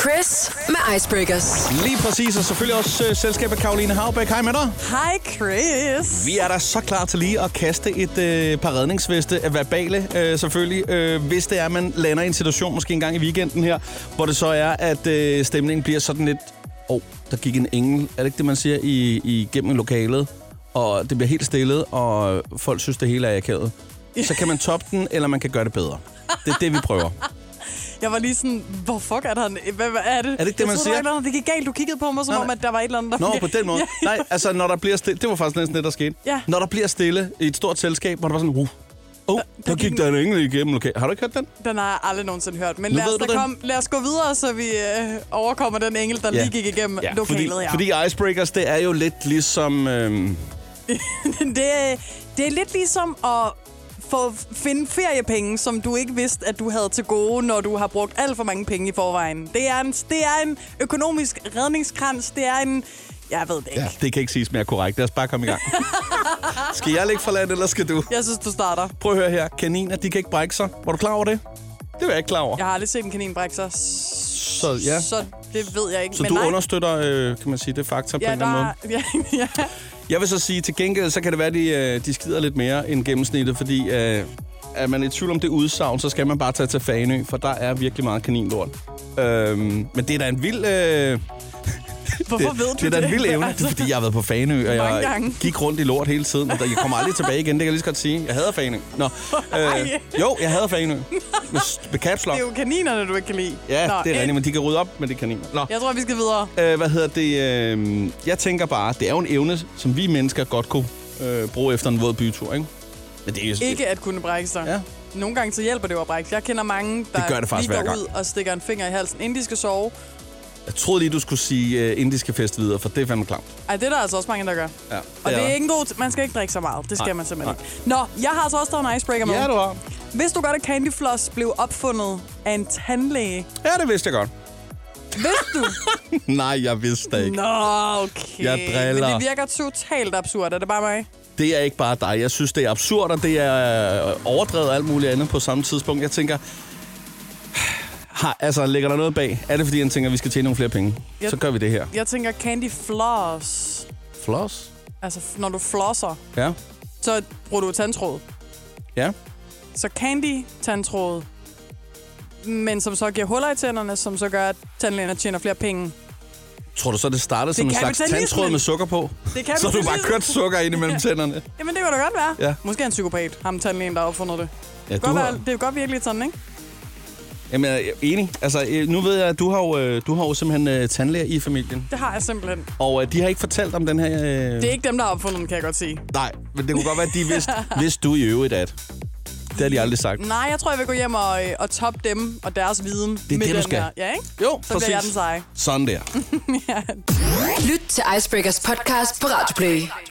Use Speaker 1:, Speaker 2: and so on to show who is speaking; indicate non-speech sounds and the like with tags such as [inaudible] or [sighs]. Speaker 1: Chris med Icebreakers.
Speaker 2: Lige præcis, og selvfølgelig også øh, selskab af Karoline Havbæk. Hej med dig.
Speaker 3: Hej Chris.
Speaker 2: Vi er da så klar til lige at kaste et øh, par redningsveste af verbale, øh, selvfølgelig. Øh, hvis det er, man lander i en situation, måske en gang i weekenden her, hvor det så er, at øh, stemningen bliver sådan lidt... Åh, oh, der gik en engel. Er det ikke det, man siger i, i gennem lokalet? Og det bliver helt stillet, og folk synes, det hele er akavet. Så kan man toppe den, eller man kan gøre det bedre. Det er det, vi prøver.
Speaker 3: Jeg var lige sådan, hvor fuck er der en... Hvad, hvad er det? Er
Speaker 2: det ikke det,
Speaker 3: jeg
Speaker 2: man
Speaker 3: troede,
Speaker 2: siger?
Speaker 3: Der var et eller andet, det gik galt, du kiggede på mig, som
Speaker 2: Nej.
Speaker 3: om, at der var et eller andet, der...
Speaker 2: Nå, på den måde.
Speaker 3: [laughs] Ja.
Speaker 2: Nej, altså, når der bliver stille... Det var faktisk næsten det, der skete.
Speaker 3: Ja.
Speaker 2: Når der bliver stille i et stort selskab, hvor der var sådan... Uh, oh, der
Speaker 3: gik
Speaker 2: gik der en engel igennem. Okay. Har du ikke hørt den?
Speaker 3: Den har jeg aldrig nogensinde hørt. Men
Speaker 2: Nu
Speaker 3: lad
Speaker 2: ved
Speaker 3: os,
Speaker 2: du
Speaker 3: da
Speaker 2: det.
Speaker 3: komme- lad os gå videre, så vi øh, overkommer den engel, der lige gik igennem ja, lokalet
Speaker 2: fordi,
Speaker 3: her.
Speaker 2: Fordi icebreakers, det er jo lidt ligesom... Øh,
Speaker 3: [laughs] det, det er lidt ligesom at få finde feriepenge, som du ikke vidste, at du havde til gode, når du har brugt alt for mange penge i forvejen. Det er en, det er en økonomisk redningskrans. Det er en... Jeg ved det ikke.
Speaker 2: ja.
Speaker 3: Ja.
Speaker 2: Det kan ikke siges mere korrekt. Lad os bare komme i
Speaker 3: [laughs]
Speaker 2: gang. skal jeg lægge for land, eller skal du?
Speaker 3: Jeg synes, du starter.
Speaker 2: Prøv at høre her. Kaniner, de kan ikke brække sig. Var du klar over det? Det var jeg ikke klar over.
Speaker 3: Jeg har aldrig set en kanin brække sig,
Speaker 2: Så, ja. så,
Speaker 3: så det ved jeg ikke.
Speaker 2: så du nej. understøtter, øh, kan man sige, det fakta på en
Speaker 3: ja,
Speaker 2: eller anden måde.
Speaker 3: der, ja, [laughs] ja.
Speaker 2: Jeg vil så sige, til gengæld, så kan det være, at de, øh, de skider lidt mere end gennemsnittet, fordi øh, er man i tvivl om det udsagn, så skal man bare tage til Fanø, for der er virkelig meget kaninlort. Øhm, men det er da en vild... Øh,
Speaker 3: Hvorfor
Speaker 2: det,
Speaker 3: ved du
Speaker 2: det? er da en vild evne. Det er,
Speaker 3: [laughs] Altså,
Speaker 2: fordi jeg har været på Fanø, og
Speaker 3: Mange
Speaker 2: jeg
Speaker 3: gange.
Speaker 2: gik rundt i lort hele tiden. Og der- jeg kommer aldrig tilbage igen, det kan jeg lige så godt sige. Jeg hader Fanø.
Speaker 3: [laughs]
Speaker 2: Nå, øh,
Speaker 3: Ej.
Speaker 2: jo, jeg hader
Speaker 3: [laughs]
Speaker 2: Fanø. Med, s- med caps lock.
Speaker 3: det er jo kaninerne, du ikke kan lide.
Speaker 2: Ja,
Speaker 3: Nå,
Speaker 2: det er
Speaker 3: et-
Speaker 2: rigtigt, men de kan rydde op med det kaniner. Nå.
Speaker 3: Jeg tror, vi skal videre.
Speaker 2: Øh, hvad hedder det? Øh, jeg tænker bare, det er jo en evne, som vi mennesker godt kunne øh, bruge efter en våd bytur, ikke? Men det er jo
Speaker 3: Ikke at kunne brække sig.
Speaker 2: Ja.
Speaker 3: Nogle gange så hjælper det jo at brække. sig. Jeg kender mange, der
Speaker 2: Det gør det faktisk
Speaker 3: lige
Speaker 2: hver
Speaker 3: går
Speaker 2: gang.
Speaker 3: ud og stikker en finger i halsen, inden de skal sove.
Speaker 2: Jeg troede lige, du skulle sige øh, indiske fest videre, for det er fandme klamt.
Speaker 3: Ej, det er der altså også mange, der gør.
Speaker 2: Ja, det
Speaker 3: og det
Speaker 2: er
Speaker 3: er
Speaker 2: der.
Speaker 3: ikke en god... t- Man skal ikke drikke så meget. Det skal
Speaker 2: Nej,
Speaker 3: man simpelthen
Speaker 2: nej.
Speaker 3: ikke. Nå, jeg har altså også taget en icebreaker med.
Speaker 2: Ja, du har.
Speaker 3: Hvis du godt, at Candy Floss blev opfundet af en tandlæge.
Speaker 2: Ja, det vidste jeg godt.
Speaker 3: Vidste du?
Speaker 2: [laughs] Nej, jeg vidste det ikke.
Speaker 3: Nå, okay.
Speaker 2: Jeg driller.
Speaker 3: Men det virker totalt absurd. Er det bare mig?
Speaker 2: Det er ikke bare dig. Jeg synes, det er absurd, og det er øh, overdrevet og alt muligt andet på samme tidspunkt. Jeg tænker, [sighs] har, altså, ligger der noget bag? Er det, fordi han tænker, at vi skal tjene nogle flere penge?
Speaker 3: Jeg-
Speaker 2: Så gør vi det her.
Speaker 3: Jeg tænker Candy Floss.
Speaker 2: Floss?
Speaker 3: Altså, f- når du flosser,
Speaker 2: Ja.
Speaker 3: så bruger du tandtråd.
Speaker 2: Ja.
Speaker 3: Så candy tandtråd, men som så giver huller i tænderne, som så gør, at tandlægerne tjener flere penge.
Speaker 2: Tror du så, det startede som en slags
Speaker 3: kapitalismen.
Speaker 2: tandtråd med sukker på?
Speaker 3: Det kan
Speaker 2: Så har du bare kørt sukker ind imellem tænderne.
Speaker 3: Jamen, det kan da godt være.
Speaker 2: Ja.
Speaker 3: Måske er han psykopat, ham tandlægen, der har opfundet det.
Speaker 2: Ja,
Speaker 3: Godt være, det er jo godt virkelig sådan, ikke?
Speaker 2: Jamen, jeg er enig. Altså, øh, nu ved jeg, at du har jo, øh, du har jo simpelthen øh, tandlæger i familien.
Speaker 3: Det har jeg simpelthen.
Speaker 2: Og øh, de har ikke fortalt om den her... Øh...
Speaker 3: Det er ikke dem, der har opfundet den, kan jeg godt sige.
Speaker 2: Nej, men det kunne godt være, at de
Speaker 3: [laughs]
Speaker 2: vidste, hvis du i øvrigt at. Det har de aldrig sagt.
Speaker 3: Nej, jeg tror, jeg vil gå hjem og, øh, og toppe dem og deres viden det
Speaker 2: det,
Speaker 3: med
Speaker 2: du
Speaker 3: den
Speaker 2: skal.
Speaker 3: her. Ja, ikke?
Speaker 2: Jo,
Speaker 3: Så bliver jeg den seje.
Speaker 2: Sådan der.
Speaker 1: Lyt til Icebreakers podcast på Radio Play.